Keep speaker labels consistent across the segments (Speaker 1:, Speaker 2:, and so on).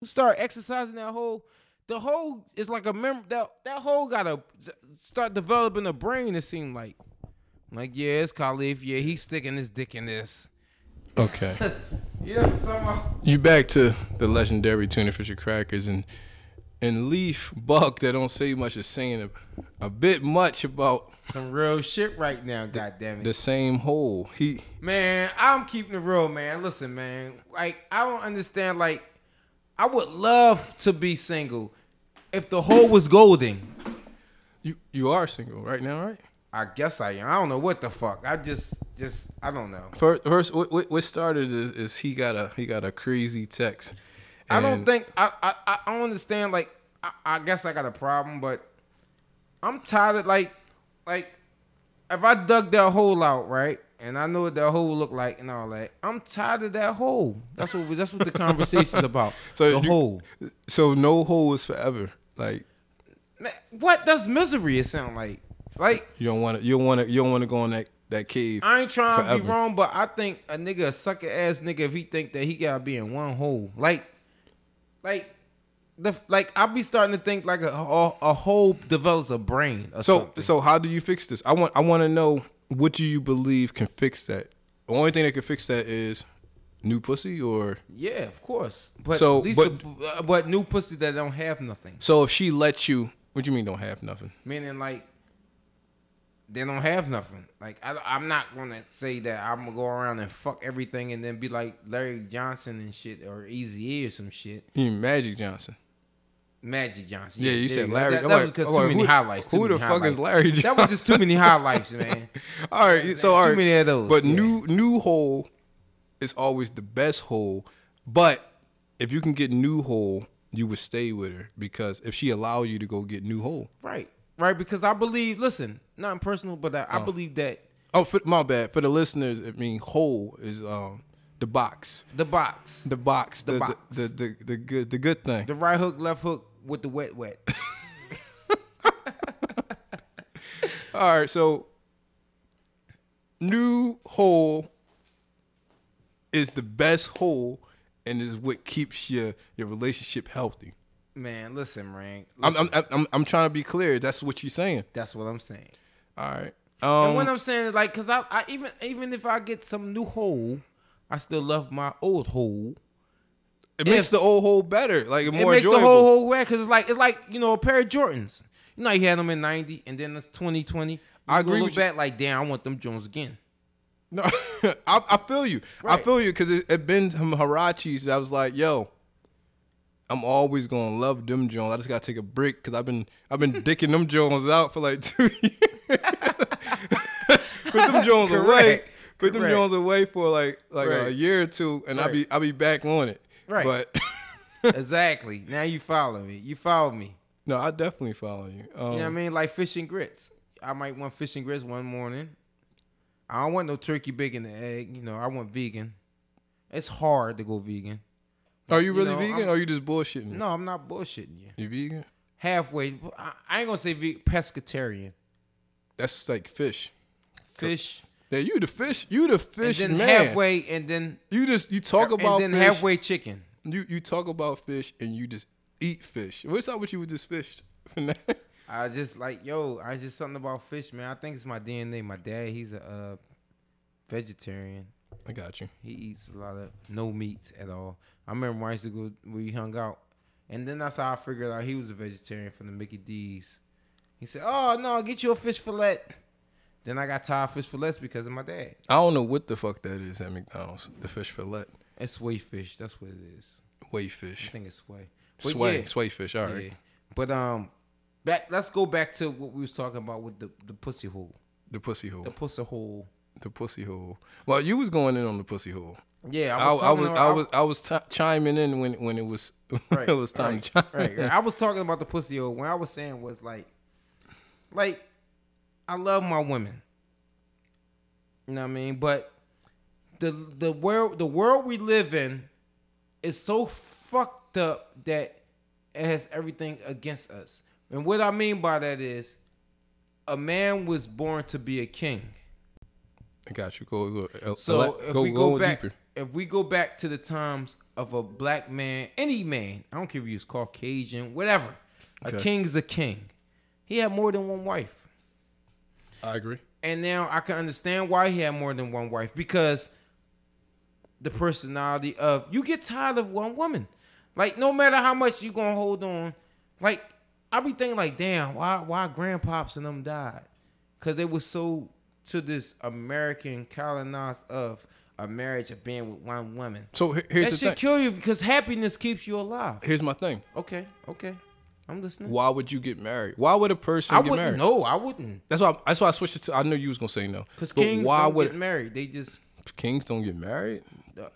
Speaker 1: who start exercising that whole the whole is like a mem that that whole gotta start developing a brain. It seemed like, like yeah, it's Khalif. Yeah, he's sticking his dick in this.
Speaker 2: Okay.
Speaker 1: Yeah, somehow.
Speaker 2: you back to the legendary tuna fisher crackers and and Leaf Buck that don't say much is saying a, a bit much about
Speaker 1: Some real shit right now. God damn it.
Speaker 2: the same hole. He
Speaker 1: Man, I'm keeping the real, man. Listen, man. Like, I don't understand. Like, I would love to be single if the hole was golden.
Speaker 2: you you are single right now, right?
Speaker 1: I guess I am. I don't know what the fuck. I just, just, I don't know.
Speaker 2: First, first what, what what started is, is he got a he got a crazy text.
Speaker 1: I don't
Speaker 2: And
Speaker 1: think, I, I, I- I don't understand. Like, I, I guess I got a problem, but I'm tired of, like, like, if I dug that hole out, right? And I know what that hole look like and all that. I'm tired of that hole. That's what we, that's what the conversation's about.
Speaker 2: So
Speaker 1: the
Speaker 2: you-
Speaker 1: hole.
Speaker 2: so. No hole is forever. Like
Speaker 1: Man, what does misery it sound like? Like
Speaker 2: you don't want to you don't want to you don't want to go in that that cave.
Speaker 1: I ain't trying to be
Speaker 2: Forever.
Speaker 1: wrong, but I think a nigga a sucker ass nigga if he think that he gotta be in one hole. Like, like the f- like I be starting to think like a a, a hole develops a brain. Or
Speaker 2: So
Speaker 1: something.
Speaker 2: so how do you fix this? I want I want to know what do you believe can fix that? The only thing that can fix that is new pussy or
Speaker 1: yeah, of course. But
Speaker 2: So,
Speaker 1: at least
Speaker 2: but-
Speaker 1: the- uh, but new pussy that don't have nothing.
Speaker 2: so if she lets you. What do you mean don't have nothing?
Speaker 1: Meaning like they don't have nothing. Like I, I'm not gonna say that I'm gonna go around and fuck everything and then be like Larry Johnson and shit or Easy E or some shit.
Speaker 2: You mean Magic Johnson?
Speaker 1: Magic Johnson.
Speaker 2: Yeah, you
Speaker 1: there
Speaker 2: said
Speaker 1: go.
Speaker 2: Larry.
Speaker 1: That,
Speaker 2: I'm
Speaker 1: that
Speaker 2: like-
Speaker 1: was because
Speaker 2: I'm
Speaker 1: too
Speaker 2: like,
Speaker 1: many
Speaker 2: who-
Speaker 1: highlights. too
Speaker 2: Who the
Speaker 1: many
Speaker 2: fuck is
Speaker 1: highlights.
Speaker 2: Larry? Johnson?
Speaker 1: That was just too many highlights, man.
Speaker 2: All right, so
Speaker 1: Too
Speaker 2: all right.
Speaker 1: many of those,
Speaker 2: But
Speaker 1: yeah.
Speaker 2: new new hole is always the best hole. But if you can get new hole, you would stay with her because if she allow you to go get new hole.
Speaker 1: Right, right. Because I believe. Listen, not personal, but I, I believe that
Speaker 2: Oh, for, my bad. For the listeners, I mean hole is um the box,
Speaker 1: the box, the,
Speaker 2: the box, the the
Speaker 1: box.
Speaker 2: The, the, the, good the good thing.
Speaker 1: right hook, left hook with the wet, wet.
Speaker 2: all right, so new hole is the best hole and is what keeps your your relationship healthy.
Speaker 1: man, listen, man.
Speaker 2: I'm, I'm, I'm, I'm trying to be clear. That's what you're saying.
Speaker 1: That's what I'm saying.
Speaker 2: All right.
Speaker 1: and when
Speaker 2: Um,
Speaker 1: I'm saying it, like, cause I, I even even if I get some new hole, I still love my old hole.
Speaker 2: it makes
Speaker 1: if-
Speaker 2: the old hole better, like
Speaker 1: It
Speaker 2: more
Speaker 1: makes
Speaker 2: enjoyable.
Speaker 1: the whole whole wet because it's like it's like you know a pair of Jordans. You know, you had them in '90, and then it's 2020. You
Speaker 2: I
Speaker 1: go
Speaker 2: agree
Speaker 1: Look
Speaker 2: with you.
Speaker 1: back, like damn, I want them Jones again.
Speaker 2: no, I, I feel you.
Speaker 1: Right.
Speaker 2: I feel you because it, it been some Harachis that I was like, yo, I'm always gonna love them Jones. I just gotta take a break because I've been I've been dicking them Jones out for like two years. Put them Jones away.
Speaker 1: Correct.
Speaker 2: Put them
Speaker 1: Correct.
Speaker 2: Jones away for like like a
Speaker 1: Right.
Speaker 2: year or two, and I'll
Speaker 1: Right.
Speaker 2: be I'll be back on it.
Speaker 1: Right.
Speaker 2: But
Speaker 1: exactly. Now you follow me. You follow me.
Speaker 2: no, I definitely follow you.
Speaker 1: You
Speaker 2: Um,
Speaker 1: know what I mean? Like fish and grits. I might want fish and grits one morning. I don't want no turkey bacon and egg. You know, I want vegan. It's hard to go vegan.
Speaker 2: Are you really
Speaker 1: know,
Speaker 2: vegan?
Speaker 1: I'm-
Speaker 2: or are you just bullshitting?
Speaker 1: No, I'm not bullshitting you.
Speaker 2: You vegan?
Speaker 1: Halfway. I, I ain't gonna say vegan, pescatarian.
Speaker 2: That's like fish.
Speaker 1: Fish.
Speaker 2: Yeah, you the fish. You the fish
Speaker 1: and then
Speaker 2: man.
Speaker 1: halfway, and then
Speaker 2: You just you talk about
Speaker 1: and then
Speaker 2: fish.
Speaker 1: halfway chicken.
Speaker 2: You you talk about fish and you just eat fish. What's up with you with this fish? fanatic?
Speaker 1: I just like yo. I just something about fish, man. I think it's my DNA. My dad, he's a uh, vegetarian.
Speaker 2: I got you.
Speaker 1: He eats a lot of no meat at all. I remember when I used to go we hung out, and then that's how I figured out he was a vegetarian from the Mickey D's. He said, "Oh no, get you a fish fillet." Then I got tired of fish fillets because of my dad.
Speaker 2: I don't know what the fuck that is at McDonald's. The fish fillet,
Speaker 1: It's sway fish. That's what it is.
Speaker 2: way
Speaker 1: I
Speaker 2: fish,
Speaker 1: think it's sway. But
Speaker 2: sway,
Speaker 1: yeah.
Speaker 2: sway fish. All right.
Speaker 1: Yeah. But um, back. Let's go back to what we was talking about with the the pussy hole,
Speaker 2: The pussy hole.
Speaker 1: the pussy hole.
Speaker 2: The pussy hole. Well, you was going in on the pussy hole.
Speaker 1: Yeah,
Speaker 2: I, I was
Speaker 1: talking
Speaker 2: I
Speaker 1: about-
Speaker 2: was I was ti chiming in when when it was
Speaker 1: Right,
Speaker 2: it was time
Speaker 1: right,
Speaker 2: to chime. in.
Speaker 1: right, right. I was talking about the pussy hole. What I was saying was like, like, I love my women. You know what I mean? But the the world the world we live in is so fucked up that it has everything against us. And what I mean by that is, a man was born to be a king.
Speaker 2: I got you. Go go.
Speaker 1: So
Speaker 2: elect-
Speaker 1: if
Speaker 2: go
Speaker 1: we
Speaker 2: go
Speaker 1: go back,
Speaker 2: deeper.
Speaker 1: if we go back to the times of a black man, any man, I don't care if he was Caucasian, whatever, a
Speaker 2: Okay.
Speaker 1: king is a king. He had more than one wife.
Speaker 2: I agree.
Speaker 1: And now I can understand why he had more than one wife because the personality of you get tired of one woman. Like no matter how much you gonna hold on, like I be thinking like, damn, why why grandpops and them died? Cause they were so to this American colonized of a marriage of being with one woman.
Speaker 2: So he- here's
Speaker 1: that
Speaker 2: the
Speaker 1: should
Speaker 2: thing.
Speaker 1: kill you because happiness keeps you alive.
Speaker 2: here's my thing.
Speaker 1: Okay, okay. I'm listening.
Speaker 2: Why would you get married? Why would a person
Speaker 1: I
Speaker 2: get
Speaker 1: wouldn't
Speaker 2: married?
Speaker 1: no, I wouldn't.
Speaker 2: That's why. That's why I switched it to. I knew you was gonna say no.
Speaker 1: Because
Speaker 2: But
Speaker 1: kings
Speaker 2: why
Speaker 1: don't
Speaker 2: would
Speaker 1: get married. They just
Speaker 2: kings don't get married?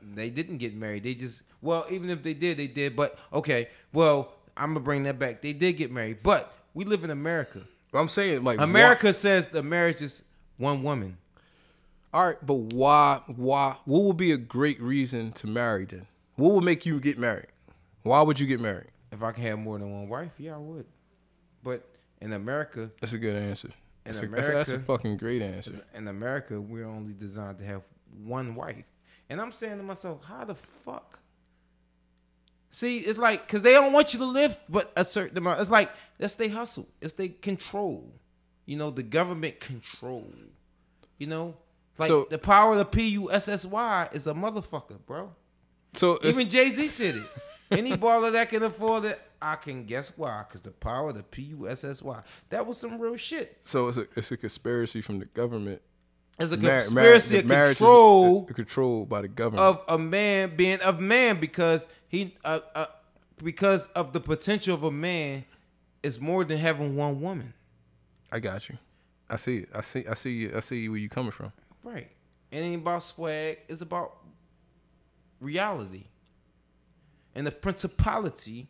Speaker 1: they didn't get married. They just well, even if they did, they did. But okay, well, I'm gonna bring that back. They did get married, but we live in America.
Speaker 2: I'm saying like why-
Speaker 1: America says the marriage is one woman.
Speaker 2: all right, but why? Why? What would be a great reason to marry then? What would make you get married? Why would you get married?
Speaker 1: If I can have more than one wife, yeah, I would. But in America,
Speaker 2: That's a good answer. That's a, that's, a,
Speaker 1: America-
Speaker 2: that's a fucking great answer.
Speaker 1: in America, we're only designed to have one wife. And I'm saying to myself, how the fuck? See, it's like because they don't want you to live but a certain amount. It's like that's they hustle. It's they control. You know, the government control. You know, like
Speaker 2: So-
Speaker 1: the power of the P U S S Y is a motherfucker, bro.
Speaker 2: So it's,
Speaker 1: Even Jay Z said it. Any baller that can afford it, I can guess why. Because the power of the P U S S Y. That was some real shit.
Speaker 2: so it's a it's a conspiracy from the government.
Speaker 1: It's a
Speaker 2: Mar-
Speaker 1: conspiracy
Speaker 2: mar-
Speaker 1: of
Speaker 2: marriage is
Speaker 1: control.
Speaker 2: a- controlled by the government.
Speaker 1: of a man being of man because he uh, uh, because of the potential of a man is more than having one woman.
Speaker 2: I got you. I see it. I see. I see you. I see where you coming from.
Speaker 1: Right. It ain't about swag, it's about reality. And the principality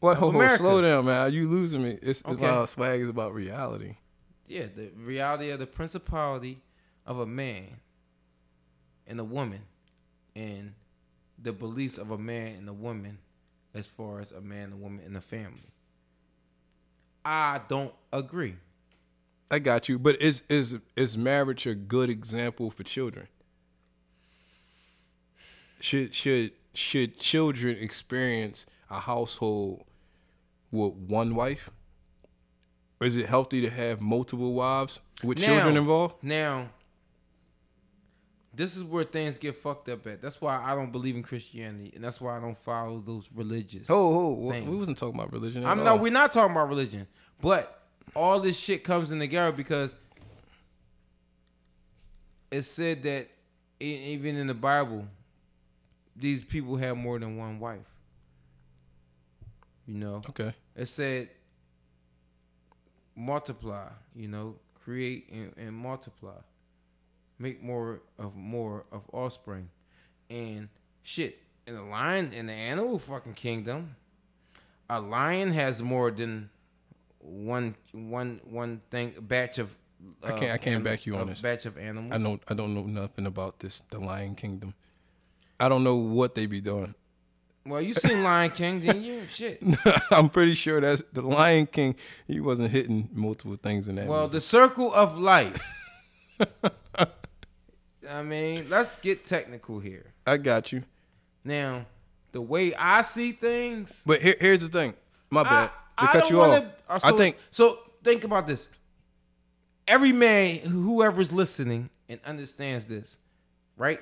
Speaker 2: What?
Speaker 1: Of
Speaker 2: Hold, hold,
Speaker 1: America.
Speaker 2: slow down, man. You losing me. It's, it's
Speaker 1: Okay.
Speaker 2: about swag. Is about reality.
Speaker 1: yeah, the reality of the principality of a man and a woman and the beliefs of a man and a woman as far as a man and a woman in a family. I don't agree.
Speaker 2: I got you. But is is is marriage a good example for children? Should should should children experience a household with one wife? Or is it healthy to have multiple wives with children
Speaker 1: Now-
Speaker 2: involved?
Speaker 1: Now, this is where things get fucked up at. That's why I don't believe in Christianity, and that's why I don't follow those religious.
Speaker 2: Oh, oh,
Speaker 1: Thing.
Speaker 2: we wasn't talking about religion. At
Speaker 1: I'm
Speaker 2: all.
Speaker 1: not. We're not talking about religion, but all this shit comes in together because it said that e- even in the Bible, these people had more than one wife. You know,
Speaker 2: okay.
Speaker 1: it said multiply you know create and, and multiply make more of more of offspring and shit in the lion in the animal fucking kingdom a lion has more than one one one thing batch of
Speaker 2: I can't- I can't
Speaker 1: anim-
Speaker 2: back you on
Speaker 1: a
Speaker 2: this.
Speaker 1: batch of animals
Speaker 2: I don't I don't know nothing about this the Lion Kingdom. I don't know what they be doing.
Speaker 1: well you seen lion king didn't you shit
Speaker 2: I'm pretty sure that's the Lion King. He wasn't hitting multiple things in that.
Speaker 1: Well,
Speaker 2: movie.
Speaker 1: the circle of life. I mean, let's get technical here.
Speaker 2: I got you.
Speaker 1: Now, the way I see things,
Speaker 2: But here, here's the thing. My bad.
Speaker 1: I,
Speaker 2: They
Speaker 1: I
Speaker 2: cut
Speaker 1: don't
Speaker 2: you
Speaker 1: wanna,
Speaker 2: off.
Speaker 1: So,
Speaker 2: I think
Speaker 1: so. Think about this. Every man, whoever's listening and understands this, right?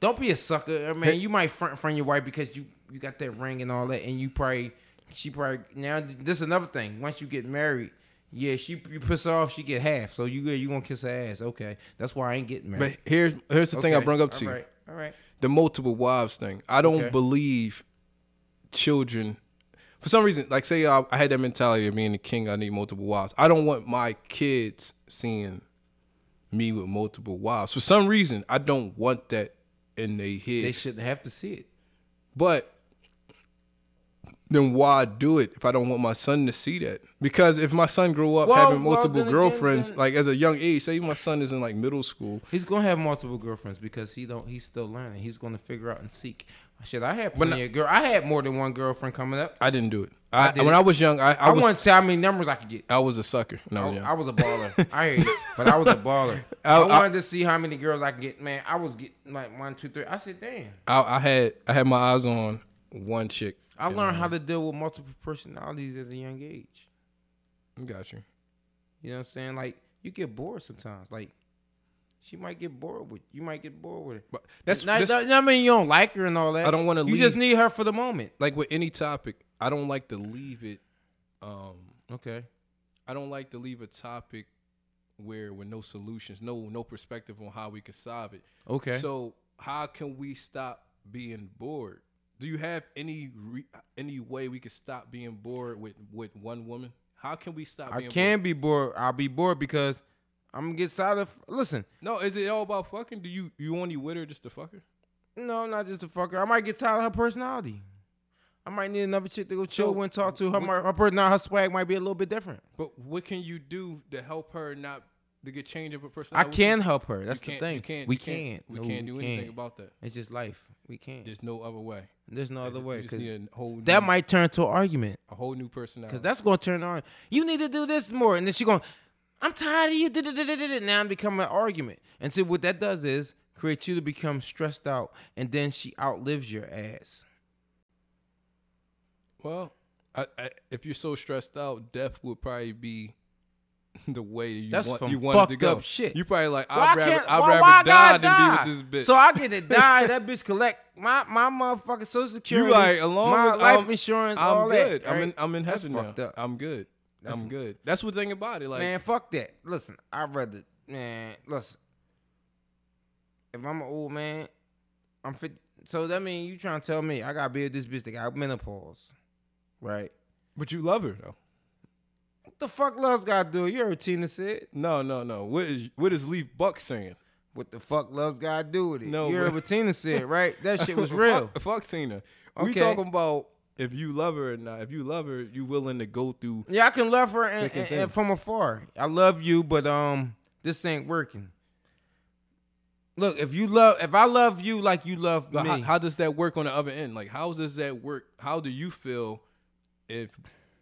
Speaker 1: Don't be a sucker, I mean. You might front front your wife because you you got that ring and all that, and you probably she probably now. This is another thing. Once you get married, yeah, she you piss her off, she get half. So you you gonna kiss her ass? Okay, that's why I ain't getting
Speaker 2: but
Speaker 1: married.
Speaker 2: here's here's the thing I
Speaker 1: Okay,
Speaker 2: bring up to
Speaker 1: all
Speaker 2: you.
Speaker 1: right, all right.
Speaker 2: The multiple wives thing. I don't
Speaker 1: Okay.
Speaker 2: believe children for some reason, like say uh, I, I had that mentality of being the king, I need multiple wives. I don't want my kids seeing me with multiple wives. For some reason, I don't want that in their head.
Speaker 1: They shouldn't have to see it.
Speaker 2: But then why do it if I don't want my son to see that? Because if my son grew up
Speaker 1: Well,
Speaker 2: having
Speaker 1: well,
Speaker 2: multiple
Speaker 1: then again,
Speaker 2: girlfriends,
Speaker 1: then-
Speaker 2: like as a young age, say my son is in like middle school.
Speaker 1: He's gonna have multiple girlfriends because he don't. He's still learning. He's gonna figure out and seek. Shit, I had
Speaker 2: But
Speaker 1: plenty of girl. I had more than one girlfriend coming up.
Speaker 2: I didn't do it. I,
Speaker 1: did
Speaker 2: when
Speaker 1: it.
Speaker 2: I was young, I, I,
Speaker 1: I,
Speaker 2: was
Speaker 1: want to say how many numbers I could get.
Speaker 2: I was a sucker when I was
Speaker 1: I,
Speaker 2: young.
Speaker 1: I was a baller. I hear you, but I was a baller.
Speaker 2: I-
Speaker 1: I,
Speaker 2: I-
Speaker 1: wanted to see how many girls I could get. Man, I was getting like one, two, three. I said, damn.
Speaker 2: I, I had I had my eyes on one chick. um,
Speaker 1: I learned how to deal with multiple personalities as a young age.
Speaker 2: Got you.
Speaker 1: You know what I'm saying? Like you get bored sometimes. Like she might get bored with you. Might get bored with her.
Speaker 2: But that's,
Speaker 1: not,
Speaker 2: that's
Speaker 1: not, not mean you don't like her and all that.
Speaker 2: I don't wanna
Speaker 1: You
Speaker 2: leave.
Speaker 1: just need her for the moment.
Speaker 2: like with any topic. I don't like to leave it. Um,
Speaker 1: Okay.
Speaker 2: I don't like to leave a topic where with no solutions, no no perspective on how we can solve it.
Speaker 1: Okay.
Speaker 2: So how can we stop being bored? Do you have any re- any way we can stop being bored with with one woman? How can we stop?
Speaker 1: I
Speaker 2: being
Speaker 1: can
Speaker 2: Bored?
Speaker 1: be bored. I'll be bored because I'm gonna get tired of. Listen,
Speaker 2: No, is it all about fucking? Do you you only with her just to fuck her?
Speaker 1: no, not just a fucker. I might get tired of her personality. I might need another chick to go chill
Speaker 2: So,
Speaker 1: with and talk to. Her,
Speaker 2: what-
Speaker 1: my, her personality, her swag might be a little bit different.
Speaker 2: But what can you do to help her not to get changed of her
Speaker 1: I
Speaker 2: personality?
Speaker 1: can help her. That's
Speaker 2: You can't,
Speaker 1: the thing.
Speaker 2: You can't,
Speaker 1: we
Speaker 2: you
Speaker 1: can't.
Speaker 2: We
Speaker 1: No,
Speaker 2: can't do anything
Speaker 1: can't.
Speaker 2: about that.
Speaker 1: It's just life. We can't.
Speaker 2: There's no other way.
Speaker 1: There's no other
Speaker 2: You
Speaker 1: way.
Speaker 2: just
Speaker 1: 'cause
Speaker 2: need a whole
Speaker 1: that
Speaker 2: new,
Speaker 1: might turn to an argument.
Speaker 2: a whole new personality.
Speaker 1: Cause that's gonna turn on. You need to do this more, and then she going, "I'm tired of you." da-da-da-da-da-da." Now I'm becoming an argument, and so what that does is create you to become stressed out, and then she outlives your ass.
Speaker 2: well, I, I, if you're so stressed out, death would probably be the way you
Speaker 1: That's
Speaker 2: want
Speaker 1: some
Speaker 2: you wanted to
Speaker 1: fucked
Speaker 2: go.
Speaker 1: up shit.
Speaker 2: You probably like
Speaker 1: Why
Speaker 2: I'd rather
Speaker 1: can't-
Speaker 2: I'd
Speaker 1: why-
Speaker 2: rather
Speaker 1: why I
Speaker 2: die
Speaker 1: gotta
Speaker 2: than
Speaker 1: die?
Speaker 2: be with this bitch.
Speaker 1: So I get to die. that bitch collect my my motherfucking social security.
Speaker 2: like, as long
Speaker 1: my
Speaker 2: as
Speaker 1: life
Speaker 2: I'm-
Speaker 1: insurance.
Speaker 2: I'm
Speaker 1: all
Speaker 2: good.
Speaker 1: That,
Speaker 2: I'm
Speaker 1: right?
Speaker 2: in I'm in
Speaker 1: That's
Speaker 2: heaven
Speaker 1: fucked
Speaker 2: now.
Speaker 1: up.
Speaker 2: I'm good.
Speaker 1: That's-
Speaker 2: I'm good. That's the thing about it. Like
Speaker 1: man, fuck that. Listen, I rather man. Listen, if I'm an old man, I'm fit. So that mean you trying to tell me I gotta be with this bitch that got menopause, right?
Speaker 2: but you love her though.
Speaker 1: What the fuck love's gotta do? You heard Tina said.
Speaker 2: No, no, no. What is what is Leaf Buck saying?
Speaker 1: What the fuck love's gotta do with it?
Speaker 2: No,
Speaker 1: you
Speaker 2: but-
Speaker 1: heard what Tina said, right? That shit was real.
Speaker 2: Fuck, fuck Tina. We
Speaker 1: Okay.
Speaker 2: talking about if you love her or not. If you love her, you willing to go through.
Speaker 1: Yeah, I can love her and,
Speaker 2: Freaking
Speaker 1: and-
Speaker 2: thing.
Speaker 1: and from afar. I love you, but um, this ain't working. Look, if you love, if I love you like you love
Speaker 2: But
Speaker 1: me,
Speaker 2: how, how does that work on the other end? Like, how does that work? How do you feel if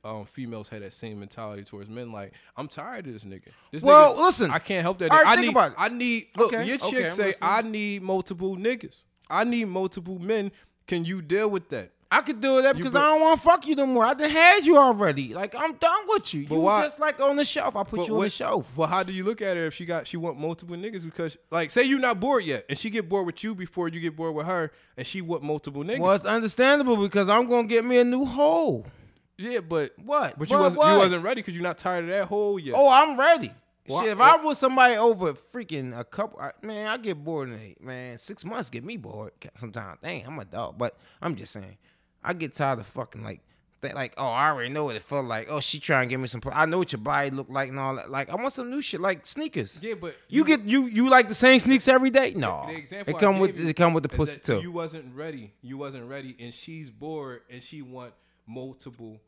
Speaker 2: um, females had that same mentality towards men? Like, I'm tired of this nigga. This
Speaker 1: Well,
Speaker 2: nigga-
Speaker 1: listen.
Speaker 2: I can't help that.
Speaker 1: All
Speaker 2: nigga.
Speaker 1: right,
Speaker 2: I
Speaker 1: think
Speaker 2: need.
Speaker 1: about it.
Speaker 2: I need. Look,
Speaker 1: Okay,
Speaker 2: your chick
Speaker 1: okay, I'm
Speaker 2: say
Speaker 1: listening.
Speaker 2: I need multiple niggas. I need multiple men. Can you deal with that?
Speaker 1: I could do that
Speaker 2: You
Speaker 1: because
Speaker 2: bu-
Speaker 1: I don't want to fuck you no more. I done had you already. Like I'm done with you. you
Speaker 2: why-
Speaker 1: just like on the shelf. I put
Speaker 2: But
Speaker 1: you on the
Speaker 2: what-
Speaker 1: shelf.
Speaker 2: Well, how do you look at her if she got she want multiple niggas because like say you not bored yet and she get bored with you before you get bored with her and she want multiple niggas.
Speaker 1: Well, it's understandable because I'm gonna get me a new hole.
Speaker 2: Yeah, but
Speaker 1: What?
Speaker 2: But you
Speaker 1: What,
Speaker 2: wasn't you
Speaker 1: what?
Speaker 2: wasn't ready because you're not tired of that hole yet.
Speaker 1: Oh, I'm ready.
Speaker 2: Well,
Speaker 1: Shit, if
Speaker 2: I-
Speaker 1: I was somebody over freaking a couple, I, man, I get bored. In eight, man, six months get me bored sometimes. Dang, I'm a dog, but I'm just saying, I get tired of fucking like, th- like, oh, I already know what it felt like. Oh, she trying to give me some. pro- I know what your body look like and all that. Like, I want some new shit, like sneakers.
Speaker 2: Yeah, but
Speaker 1: you, get you you like the same sneakers every day. No,
Speaker 2: the example
Speaker 1: it
Speaker 2: I
Speaker 1: come with
Speaker 2: gave you
Speaker 1: it come with the
Speaker 2: is
Speaker 1: pussy
Speaker 2: that
Speaker 1: too.
Speaker 2: You wasn't ready. You wasn't ready, and she's bored and she want multiple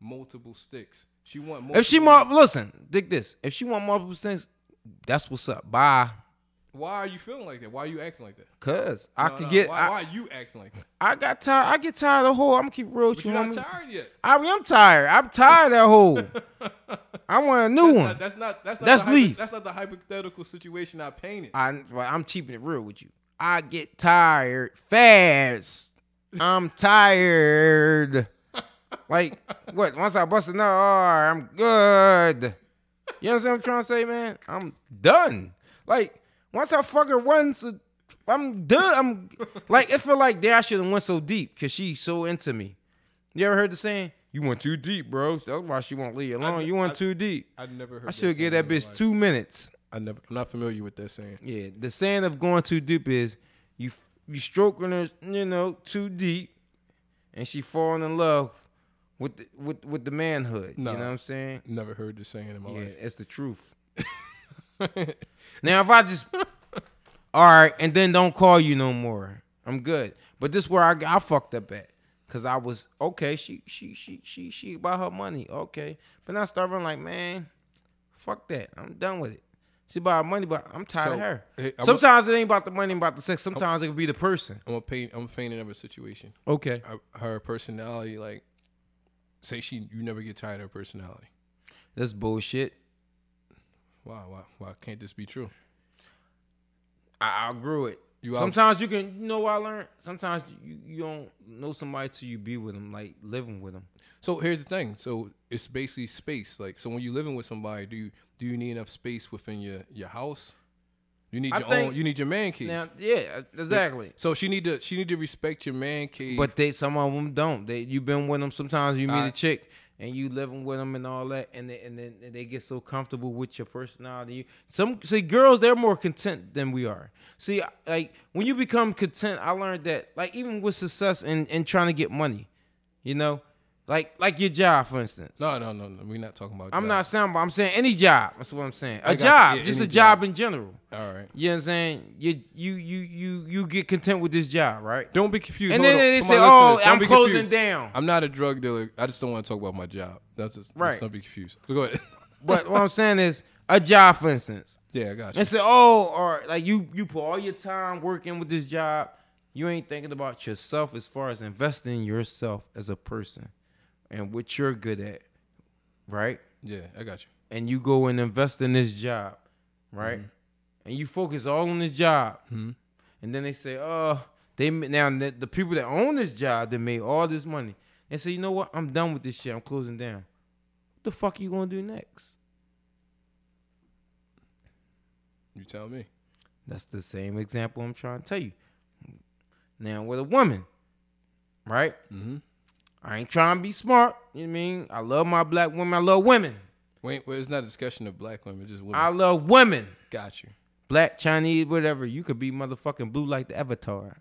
Speaker 2: multiple sticks. She want multiple,
Speaker 1: if she more listen, dig this. If she want multiple things, that's what's up. Bye.
Speaker 2: Why are you feeling like that? Why are you acting like that?
Speaker 1: Cause I
Speaker 2: No,
Speaker 1: could
Speaker 2: no,
Speaker 1: get
Speaker 2: Why,
Speaker 1: I,
Speaker 2: why are you acting like that?
Speaker 1: I got tired. I get tired of whole. I'm gonna keep real with
Speaker 2: But
Speaker 1: you.
Speaker 2: you're
Speaker 1: homie.
Speaker 2: not tired yet.
Speaker 1: I am tired. I'm tired of that hoe. I want a new
Speaker 2: That's
Speaker 1: one.
Speaker 2: not, that's not that's not
Speaker 1: That's
Speaker 2: the hypo-
Speaker 1: leaf.
Speaker 2: that's not the hypothetical situation I painted.
Speaker 1: I, well, I'm keeping it real with you. I get tired fast. I'm tired. Like what? Once I bust another R, I'm good. You understand what I'm trying to say, man? I'm done. Like once I fuck her once, uh, I'm done. I'm like it feel like damn, I shouldn't went so deep because she's so into me. You ever heard the saying? You went too deep, bro. That's why she won't leave you alone. you went
Speaker 2: I-
Speaker 1: too deep.
Speaker 2: I never heard.
Speaker 1: I should
Speaker 2: get
Speaker 1: give that bitch two minutes.
Speaker 2: I never. I'm not familiar with that saying.
Speaker 1: Yeah, the saying of going too deep is you you stroking her, you know, too deep, and she falling in love with the, with with the manhood.
Speaker 2: No.
Speaker 1: You know what I'm saying?
Speaker 2: Never heard this saying in my
Speaker 1: Yeah,
Speaker 2: life.
Speaker 1: it's the truth. Now if I just all right, and then don't call you no more, I'm good. But this where I got- I fucked up at, cause I was okay. She she she she she about her money, okay. But now I start running like man, fuck that. I'm done with it. She about her money, but I'm tired of
Speaker 2: So,
Speaker 1: her.
Speaker 2: hey, I'm-
Speaker 1: Sometimes it ain't about the money, about the sex. Sometimes it could be the person.
Speaker 2: I'm a paint. I'm painting another situation.
Speaker 1: Okay.
Speaker 2: Her, her personality, like, Say she, you never get tired of her personality.
Speaker 1: That's bullshit.
Speaker 2: Why, why, why can't this be true?
Speaker 1: I outgrew it.
Speaker 2: You out-
Speaker 1: Sometimes you can, you know what I learned? Sometimes you, you don't know somebody till you be with them, like living with them.
Speaker 2: So here's the thing. So it's basically space. Like, so when you're living with somebody, do you do you need enough space within your your house? You need
Speaker 1: I
Speaker 2: your
Speaker 1: think-
Speaker 2: own. You need your man cave.
Speaker 1: Now, yeah, exactly.
Speaker 2: so she need to she need to respect your man cave.
Speaker 1: But they, some of them don't. They, you've been with them. Sometimes you meet a
Speaker 2: Alright.
Speaker 1: chick and you living with them and all that, and they, and then and they get so comfortable with your personality. Some see girls, they're more content than we are. See, I- like when you become content, I learned that. Like even with success and and trying to get money, you know, like like your job, for instance.
Speaker 2: no, no, no, no. We're not talking about.
Speaker 1: I'm
Speaker 2: that.
Speaker 1: not saying, but I'm saying any job. That's what I'm saying. A
Speaker 2: got you.
Speaker 1: job,
Speaker 2: Yeah,
Speaker 1: just a
Speaker 2: any
Speaker 1: job.
Speaker 2: job.
Speaker 1: in general.
Speaker 2: All right.
Speaker 1: You know what I'm saying? You you you you you get content with this job, right?
Speaker 2: Don't be confused.
Speaker 1: And
Speaker 2: Hold
Speaker 1: then
Speaker 2: on.
Speaker 1: they
Speaker 2: For
Speaker 1: say,
Speaker 2: my
Speaker 1: "Oh,
Speaker 2: listeners, don't
Speaker 1: I'm
Speaker 2: be
Speaker 1: closing
Speaker 2: confused.
Speaker 1: down."
Speaker 2: I'm not a drug dealer. I just don't want to talk about my job. That's just
Speaker 1: Right.
Speaker 2: Let's not be confused. Go ahead.
Speaker 1: But what I'm saying is a job, for instance.
Speaker 2: yeah, I got you.
Speaker 1: And say, oh, or like you you put all your time working with this job, you ain't thinking about yourself as far as investing in yourself as a person and what you're good at, right?
Speaker 2: yeah, I got you.
Speaker 1: And you go and invest in this job, right? And you focus all on this job, and then they say, oh, they ma- now the, the people that own this job that made all this money, they say, you know what? I'm done with this shit. I'm closing down. What the fuck you gonna do next?
Speaker 2: You tell me.
Speaker 1: That's the same example I'm trying to tell you. Now with a woman, right?
Speaker 2: Mhm.
Speaker 1: I ain't trying to be smart. You know what I mean? I love my black women. I love women.
Speaker 2: Wait, well, it's not a discussion of black women. Just women.
Speaker 1: I love women.
Speaker 2: got you.
Speaker 1: Black, Chinese, whatever. You could be motherfucking blue like the Avatar.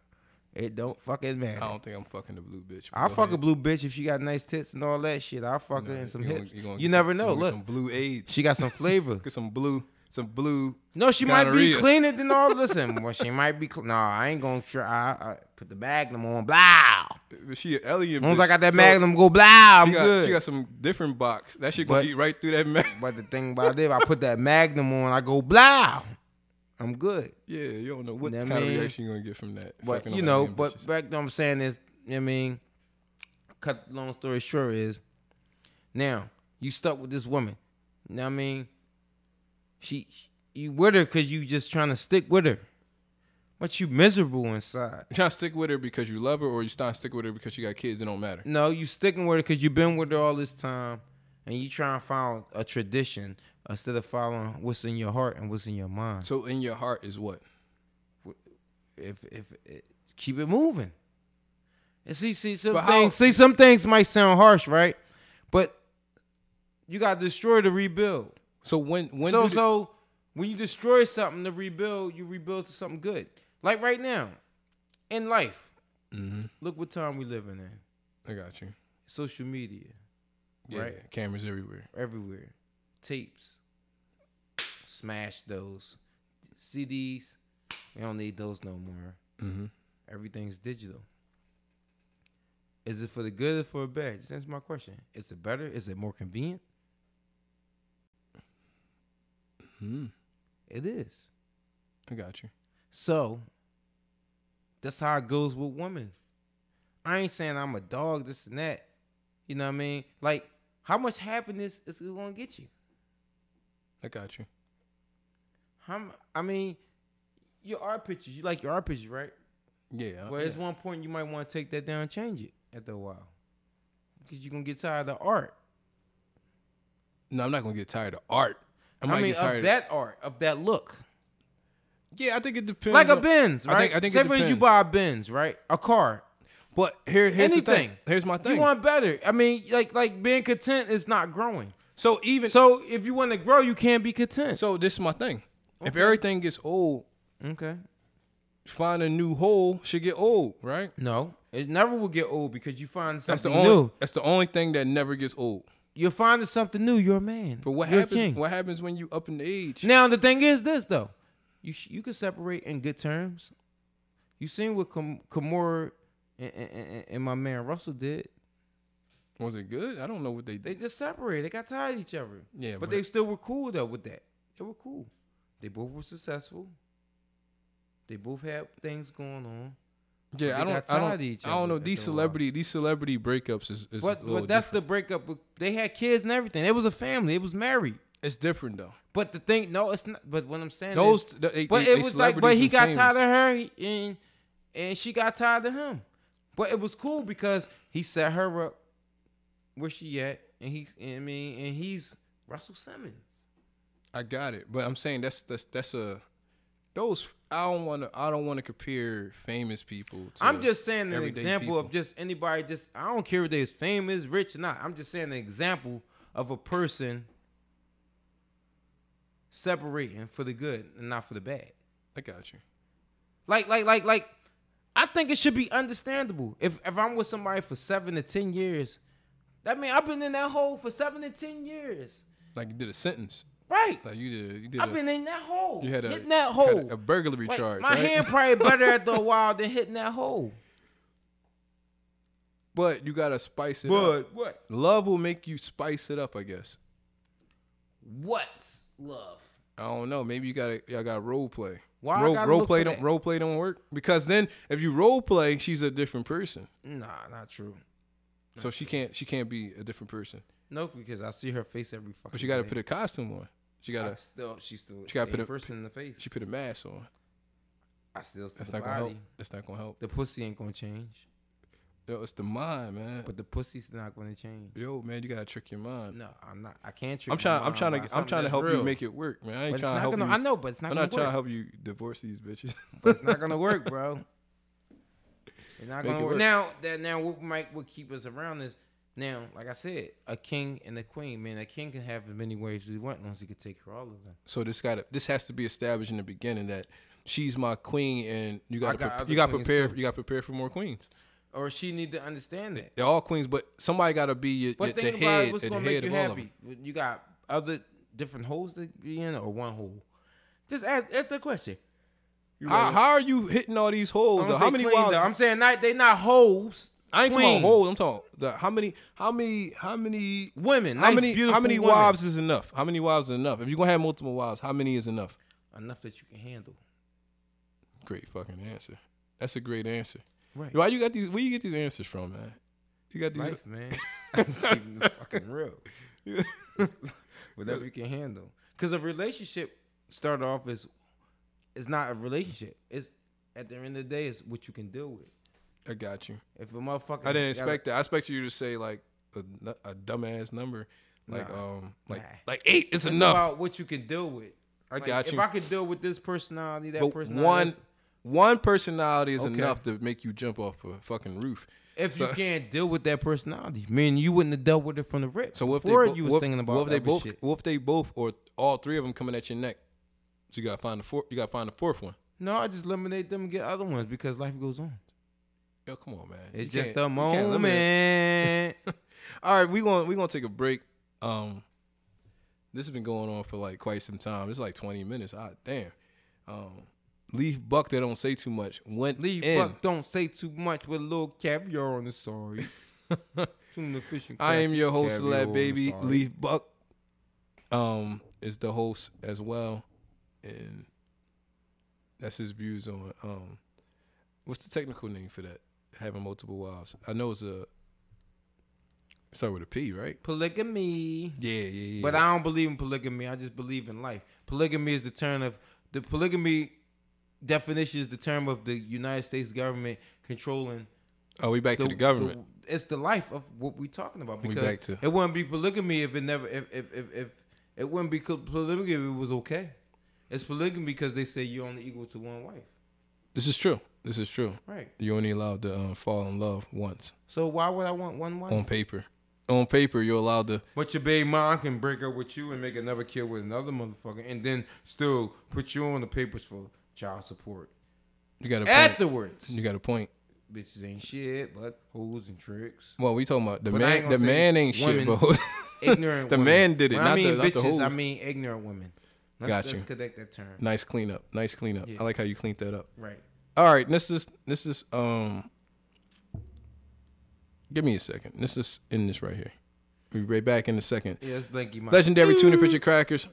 Speaker 1: It don't fucking matter.
Speaker 2: I don't think I'm fucking the blue bitch.
Speaker 1: I'll
Speaker 2: Oh, Go
Speaker 1: fuck a
Speaker 2: ahead.
Speaker 1: blue bitch if she got nice tits and all that shit. I'll fuck her
Speaker 2: Nah,
Speaker 1: and some
Speaker 2: you gonna-
Speaker 1: hips.
Speaker 2: you gonna
Speaker 1: you
Speaker 2: get
Speaker 1: never
Speaker 2: some-
Speaker 1: know.
Speaker 2: gonna get
Speaker 1: Look,
Speaker 2: some blue AIDS.
Speaker 1: she got some flavor.
Speaker 2: Get some blue, some blue.
Speaker 1: No, she might be
Speaker 2: Gonorrhea.
Speaker 1: cleaner than all. Listen, well, she might be. Cl- no, I ain't gonna try. I, I put the magnum on. Blah.
Speaker 2: uh, She an
Speaker 1: As
Speaker 2: alien.
Speaker 1: long as
Speaker 2: bitch.
Speaker 1: I got that
Speaker 2: So,
Speaker 1: Magnum, go blah. I'm
Speaker 2: She got,
Speaker 1: good.
Speaker 2: she got some different box. That shit gonna
Speaker 1: But-
Speaker 2: eat right through that magnum.
Speaker 1: but the thing about it, if I put that Magnum on, I go blah. I'm good.
Speaker 2: Yeah, you don't know what
Speaker 1: Know what I
Speaker 2: kind of
Speaker 1: mean?
Speaker 2: reaction you gonna get from that.
Speaker 1: But
Speaker 2: Fucking on
Speaker 1: you know,
Speaker 2: alien
Speaker 1: but
Speaker 2: bitches.
Speaker 1: back to what I'm saying is, you know what I mean, cut the long story short is, now you stuck with this woman. You know what I mean, she you with her because you just trying to stick with her, but you miserable inside.
Speaker 2: you trying to stick with her because you love her, or you trying to stick with her because she got kids. It don't matter.
Speaker 1: No, you sticking with her because you've been with her all this time, and you trying to follow a tradition instead of following what's in your heart and what's in your mind.
Speaker 2: So in your heart is what?
Speaker 1: if if it, keep it moving. And see, see some
Speaker 2: But how-
Speaker 1: things. See some things might sound harsh, right? But you got to destroy to rebuild.
Speaker 2: So when when
Speaker 1: so
Speaker 2: do the-
Speaker 1: so when you destroy something to rebuild, you rebuild to something good. Like right now, in life,
Speaker 2: Mhm.
Speaker 1: look what time we living in.
Speaker 2: I got you.
Speaker 1: Social media
Speaker 2: Yeah,
Speaker 1: Right.
Speaker 2: cameras everywhere.
Speaker 1: everywhere, tapes, smash those, CDs. We don't need those no more.
Speaker 2: Mm-hmm.
Speaker 1: everything's digital. Is it for the good or for the bad? Just answer my question. Is it better? Is it more convenient?
Speaker 2: Mm-hmm.
Speaker 1: It is.
Speaker 2: I got you.
Speaker 1: So that's how it goes with women. I ain't saying I'm a dog, this and that. You know what I mean? Like, how much happiness is it gonna get you?
Speaker 2: I got you.
Speaker 1: How mu- I mean, your art pictures. You like your art pictures, right?
Speaker 2: Yeah. I-
Speaker 1: Well, there's
Speaker 2: Oh, yeah.
Speaker 1: one point you might want to take that down and change it after a while. Because you're gonna get tired of the art.
Speaker 2: No, I'm not gonna get tired of art. I might
Speaker 1: I mean,
Speaker 2: get tired.
Speaker 1: of that art, of that look.
Speaker 2: yeah, I think it depends.
Speaker 1: like a
Speaker 2: on-
Speaker 1: Benz,
Speaker 2: I
Speaker 1: right?
Speaker 2: think- I think
Speaker 1: Say
Speaker 2: it
Speaker 1: for instance, you
Speaker 2: depends.
Speaker 1: buy a Benz, right? A car.
Speaker 2: But here, here's the
Speaker 1: Anything.
Speaker 2: thing. Here's my thing.
Speaker 1: You want better. I mean, like like being content is not growing.
Speaker 2: so even so,
Speaker 1: So if you want to grow, you can't be content.
Speaker 2: this is my thing. If everything gets old,
Speaker 1: okay.
Speaker 2: find a new hole should get old, right?
Speaker 1: No, it never will get old because you find
Speaker 2: That's the
Speaker 1: something
Speaker 2: only.
Speaker 1: new.
Speaker 2: That's the only thing that never gets old.
Speaker 1: You're finding something new. You're a man.
Speaker 2: But what
Speaker 1: You're a
Speaker 2: happens?
Speaker 1: king.
Speaker 2: What happens when you up in age?
Speaker 1: Now the thing is this though, you sh- you can separate in good terms. You seen what Kam- Kamora and, and, and- and my man Russell did.
Speaker 2: Was it good? I don't know what they
Speaker 1: They
Speaker 2: did.
Speaker 1: just separated. They got tired of each other.
Speaker 2: Yeah,
Speaker 1: but, they still were cool though with that. They were cool. They both were successful. They both had things going on.
Speaker 2: Yeah, I
Speaker 1: They
Speaker 2: don't,
Speaker 1: got
Speaker 2: I
Speaker 1: tired
Speaker 2: don't,
Speaker 1: of each
Speaker 2: I don't
Speaker 1: other
Speaker 2: know.
Speaker 1: after
Speaker 2: These
Speaker 1: a while.
Speaker 2: celebrity, these celebrity breakups is, is a
Speaker 1: But
Speaker 2: little
Speaker 1: but that's
Speaker 2: different.
Speaker 1: the breakup. They had kids and everything. It was a family. It was married.
Speaker 2: it's different though.
Speaker 1: But the thing, no, it's not. But what I'm saying,
Speaker 2: Those,
Speaker 1: is,
Speaker 2: th- they,
Speaker 1: but
Speaker 2: they-
Speaker 1: it
Speaker 2: they
Speaker 1: was like, but he got
Speaker 2: celebrities and
Speaker 1: tired of her, he- and and she got tired of him. But it was cool because he set her up where she at, and he, I mean, and he's Russell Simmons.
Speaker 2: I got it, but I'm saying that's that's that's a those. I don't want to. I don't want to compare famous people. to
Speaker 1: I'm just saying an
Speaker 2: everyday
Speaker 1: example
Speaker 2: people.
Speaker 1: of just anybody. Just I don't care if they're famous, rich, or not. I'm just saying an example of a person separating for the good and not for the bad.
Speaker 2: I got you.
Speaker 1: Like, like, like, like, I think it should be understandable. If if I'm with somebody for seven to ten years, that mean I've been in that hole for seven to ten years.
Speaker 2: Like you did a sentence.
Speaker 1: Right.
Speaker 2: Like you did. A, you did.
Speaker 1: I've
Speaker 2: a-
Speaker 1: been in that hole.
Speaker 2: you had a
Speaker 1: hitting that
Speaker 2: had
Speaker 1: hole.
Speaker 2: a, a burglary
Speaker 1: Like,
Speaker 2: charge.
Speaker 1: my
Speaker 2: right?
Speaker 1: hand probably better at the wild than hitting that hole.
Speaker 2: But you gotta spice it up.
Speaker 1: what?
Speaker 2: Love will make you spice it up, I guess.
Speaker 1: What love?
Speaker 2: I don't know. Maybe you gotta y'all got role play.
Speaker 1: Why I
Speaker 2: role,
Speaker 1: gotta
Speaker 2: role
Speaker 1: look
Speaker 2: play
Speaker 1: for
Speaker 2: don't
Speaker 1: that?
Speaker 2: role play don't work because then if you role play, she's a different person.
Speaker 1: Nah, not true.
Speaker 2: So she can't she can't be a different person.
Speaker 1: No, because I see her face every fucking.
Speaker 2: But she gotta put
Speaker 1: a.
Speaker 2: a costume on. She gotta
Speaker 1: still, she's still. She got
Speaker 2: gotta
Speaker 1: put
Speaker 2: put a-
Speaker 1: a person in the face.
Speaker 2: she put a mask on.
Speaker 1: I still see
Speaker 2: That's
Speaker 1: the
Speaker 2: not
Speaker 1: body.
Speaker 2: gonna help. That's not gonna help.
Speaker 1: The pussy ain't gonna change,
Speaker 2: Yo, it's the mind, man.
Speaker 1: but the pussy's not gonna change.
Speaker 2: Yo, man, you gotta trick your mind.
Speaker 1: No, I'm not. I can't. Trick
Speaker 2: I'm
Speaker 1: my
Speaker 2: trying. I'm
Speaker 1: mind
Speaker 2: trying
Speaker 1: by
Speaker 2: to. get- I'm
Speaker 1: something
Speaker 2: trying to
Speaker 1: that's
Speaker 2: help you
Speaker 1: real.
Speaker 2: make it work, man. I
Speaker 1: But
Speaker 2: ain't
Speaker 1: it's
Speaker 2: trying to
Speaker 1: not
Speaker 2: help
Speaker 1: gonna.
Speaker 2: you.
Speaker 1: I know, but it's not
Speaker 2: I'm
Speaker 1: gonna
Speaker 2: not trying to
Speaker 1: work.
Speaker 2: help you divorce these bitches.
Speaker 1: But it's not gonna work, bro. It's not
Speaker 2: Make
Speaker 1: gonna
Speaker 2: it
Speaker 1: work.
Speaker 2: work.
Speaker 1: Now that now what might what keep us around is now, like I said, a king and a queen. Man, a king can have as many ways as he wants, as long as he can take care of all of them.
Speaker 2: So this got to this has to be established in the beginning that she's my queen, and you gotta
Speaker 1: got
Speaker 2: prep-
Speaker 1: other
Speaker 2: you gotta
Speaker 1: queens,
Speaker 2: prepare
Speaker 1: too.
Speaker 2: you gotta prepare for more queens.
Speaker 1: Or she need to understand that.
Speaker 2: They're all queens, but somebody gotta be your,
Speaker 1: But
Speaker 2: the,
Speaker 1: think
Speaker 2: the
Speaker 1: about
Speaker 2: head,
Speaker 1: it, what's
Speaker 2: the
Speaker 1: gonna make
Speaker 2: head
Speaker 1: you
Speaker 2: of all of
Speaker 1: happy?
Speaker 2: them.
Speaker 1: You got other different holes to be in, or one hole. Just ask, ask the question. You
Speaker 2: How,
Speaker 1: wanna-
Speaker 2: how are you hitting all these holes?
Speaker 1: as long
Speaker 2: though?
Speaker 1: as
Speaker 2: How
Speaker 1: they
Speaker 2: many
Speaker 1: clean,
Speaker 2: wild?
Speaker 1: though. I'm saying not they not holes.
Speaker 2: I ain't talking
Speaker 1: queens.
Speaker 2: about holes. I'm talking about the, how many how many how many
Speaker 1: women.
Speaker 2: how
Speaker 1: nice,
Speaker 2: many
Speaker 1: beautiful
Speaker 2: how many
Speaker 1: women.
Speaker 2: wives is enough? How many wives is enough? If you're gonna have multiple wives, how many is enough?
Speaker 1: Enough that you can handle.
Speaker 2: Great fucking answer. That's a great answer.
Speaker 1: Right.
Speaker 2: Why you got these? Where you get these answers from, man? You got these.
Speaker 1: Life, man. I'm keeping it fucking real. Whatever you can handle. Because a relationship started off as it's not a relationship. It's at the end of the day, it's what you can deal with.
Speaker 2: I got you.
Speaker 1: If a motherfucker,
Speaker 2: I didn't
Speaker 1: gotta-
Speaker 2: expect that. I expect you to say like a, nu- a dumbass number, like
Speaker 1: Nah.
Speaker 2: um, like
Speaker 1: Nah.
Speaker 2: like eight is
Speaker 1: It's
Speaker 2: enough.
Speaker 1: about what you can deal with.
Speaker 2: I got you.
Speaker 1: If I could deal with this personality, that
Speaker 2: But
Speaker 1: personality,
Speaker 2: one
Speaker 1: that's-
Speaker 2: one personality is
Speaker 1: Okay.
Speaker 2: enough to make you jump off a fucking roof.
Speaker 1: if
Speaker 2: so-
Speaker 1: you can't deal with that personality, man, you wouldn't have dealt with it from the rip.
Speaker 2: So what if they
Speaker 1: before
Speaker 2: bo-
Speaker 1: you was
Speaker 2: what-
Speaker 1: thinking about
Speaker 2: what if they
Speaker 1: other
Speaker 2: both
Speaker 1: shit.
Speaker 2: what if they both or all three of them coming at your neck? So you gotta find the fourth. You gotta find the fourth one.
Speaker 1: No, I just eliminate them and get other ones because life goes on.
Speaker 2: Yo, come on, man.
Speaker 1: It's
Speaker 2: You
Speaker 1: just
Speaker 2: can't-
Speaker 1: a
Speaker 2: you can't limit it.
Speaker 1: moment.
Speaker 2: All right, we going we gonna take a break. Um, this has been going on for like quite some time. It's like twenty minutes. Ah, damn. Um, Leaf Buck that don't say too much went
Speaker 1: Leave
Speaker 2: in.
Speaker 1: Buck don't say too much with a little caviar on the side. Tune the fish and
Speaker 2: I am your
Speaker 1: crackers,
Speaker 2: host,
Speaker 1: caviar on
Speaker 2: Celeb
Speaker 1: the
Speaker 2: Baby
Speaker 1: side.
Speaker 2: Leaf Buck. Um, is the host as well, and that's his views on um, what's the technical name for that? Having multiple wives. I know it's a start with a P, right?
Speaker 1: Polygamy.
Speaker 2: Yeah, yeah, yeah.
Speaker 1: But I don't believe in polygamy. I just believe in life. Polygamy is the term of the polygamy definition is the term of the United States government controlling
Speaker 2: oh, we back to the government.
Speaker 1: the- it's the life of what we're talking about
Speaker 2: We
Speaker 1: because
Speaker 2: back to-
Speaker 1: it wouldn't be polygamy if it never if if if, if it wouldn't be co- polygamy if it was okay. It's polygamy because they say you're only equal to one wife,
Speaker 2: This is true. This is true.
Speaker 1: right?
Speaker 2: You're only allowed to um, fall in love once
Speaker 1: So why would I want one wife?
Speaker 2: on paper. On paper, you're allowed to.
Speaker 1: But your baby mom can break up with you and make another kid with another motherfucker, and then still put you on the papers for child support.
Speaker 2: You got a point.
Speaker 1: Afterwards,
Speaker 2: you got a point.
Speaker 1: bitches ain't shit, but hoes and tricks.
Speaker 2: Well, we talking about the
Speaker 1: But I ain't
Speaker 2: man. The
Speaker 1: gonna say
Speaker 2: man ain't shit,
Speaker 1: women.
Speaker 2: but
Speaker 1: Ignorant.
Speaker 2: the
Speaker 1: women.
Speaker 2: man did it,
Speaker 1: When
Speaker 2: not
Speaker 1: I mean
Speaker 2: the, not
Speaker 1: bitches.
Speaker 2: the hoes.
Speaker 1: I mean ignorant women. Let's,
Speaker 2: Got
Speaker 1: let's
Speaker 2: you.
Speaker 1: connect that term.
Speaker 2: nice cleanup. Nice cleanup.
Speaker 1: Yeah.
Speaker 2: I like how you cleaned that up.
Speaker 1: Right.
Speaker 2: All right, this is this is um. Give me a second. This is in this right here. We'll be right back in a second.
Speaker 1: Yeah, it's Blanky Mike.
Speaker 2: Legendary tuna fish and crackers.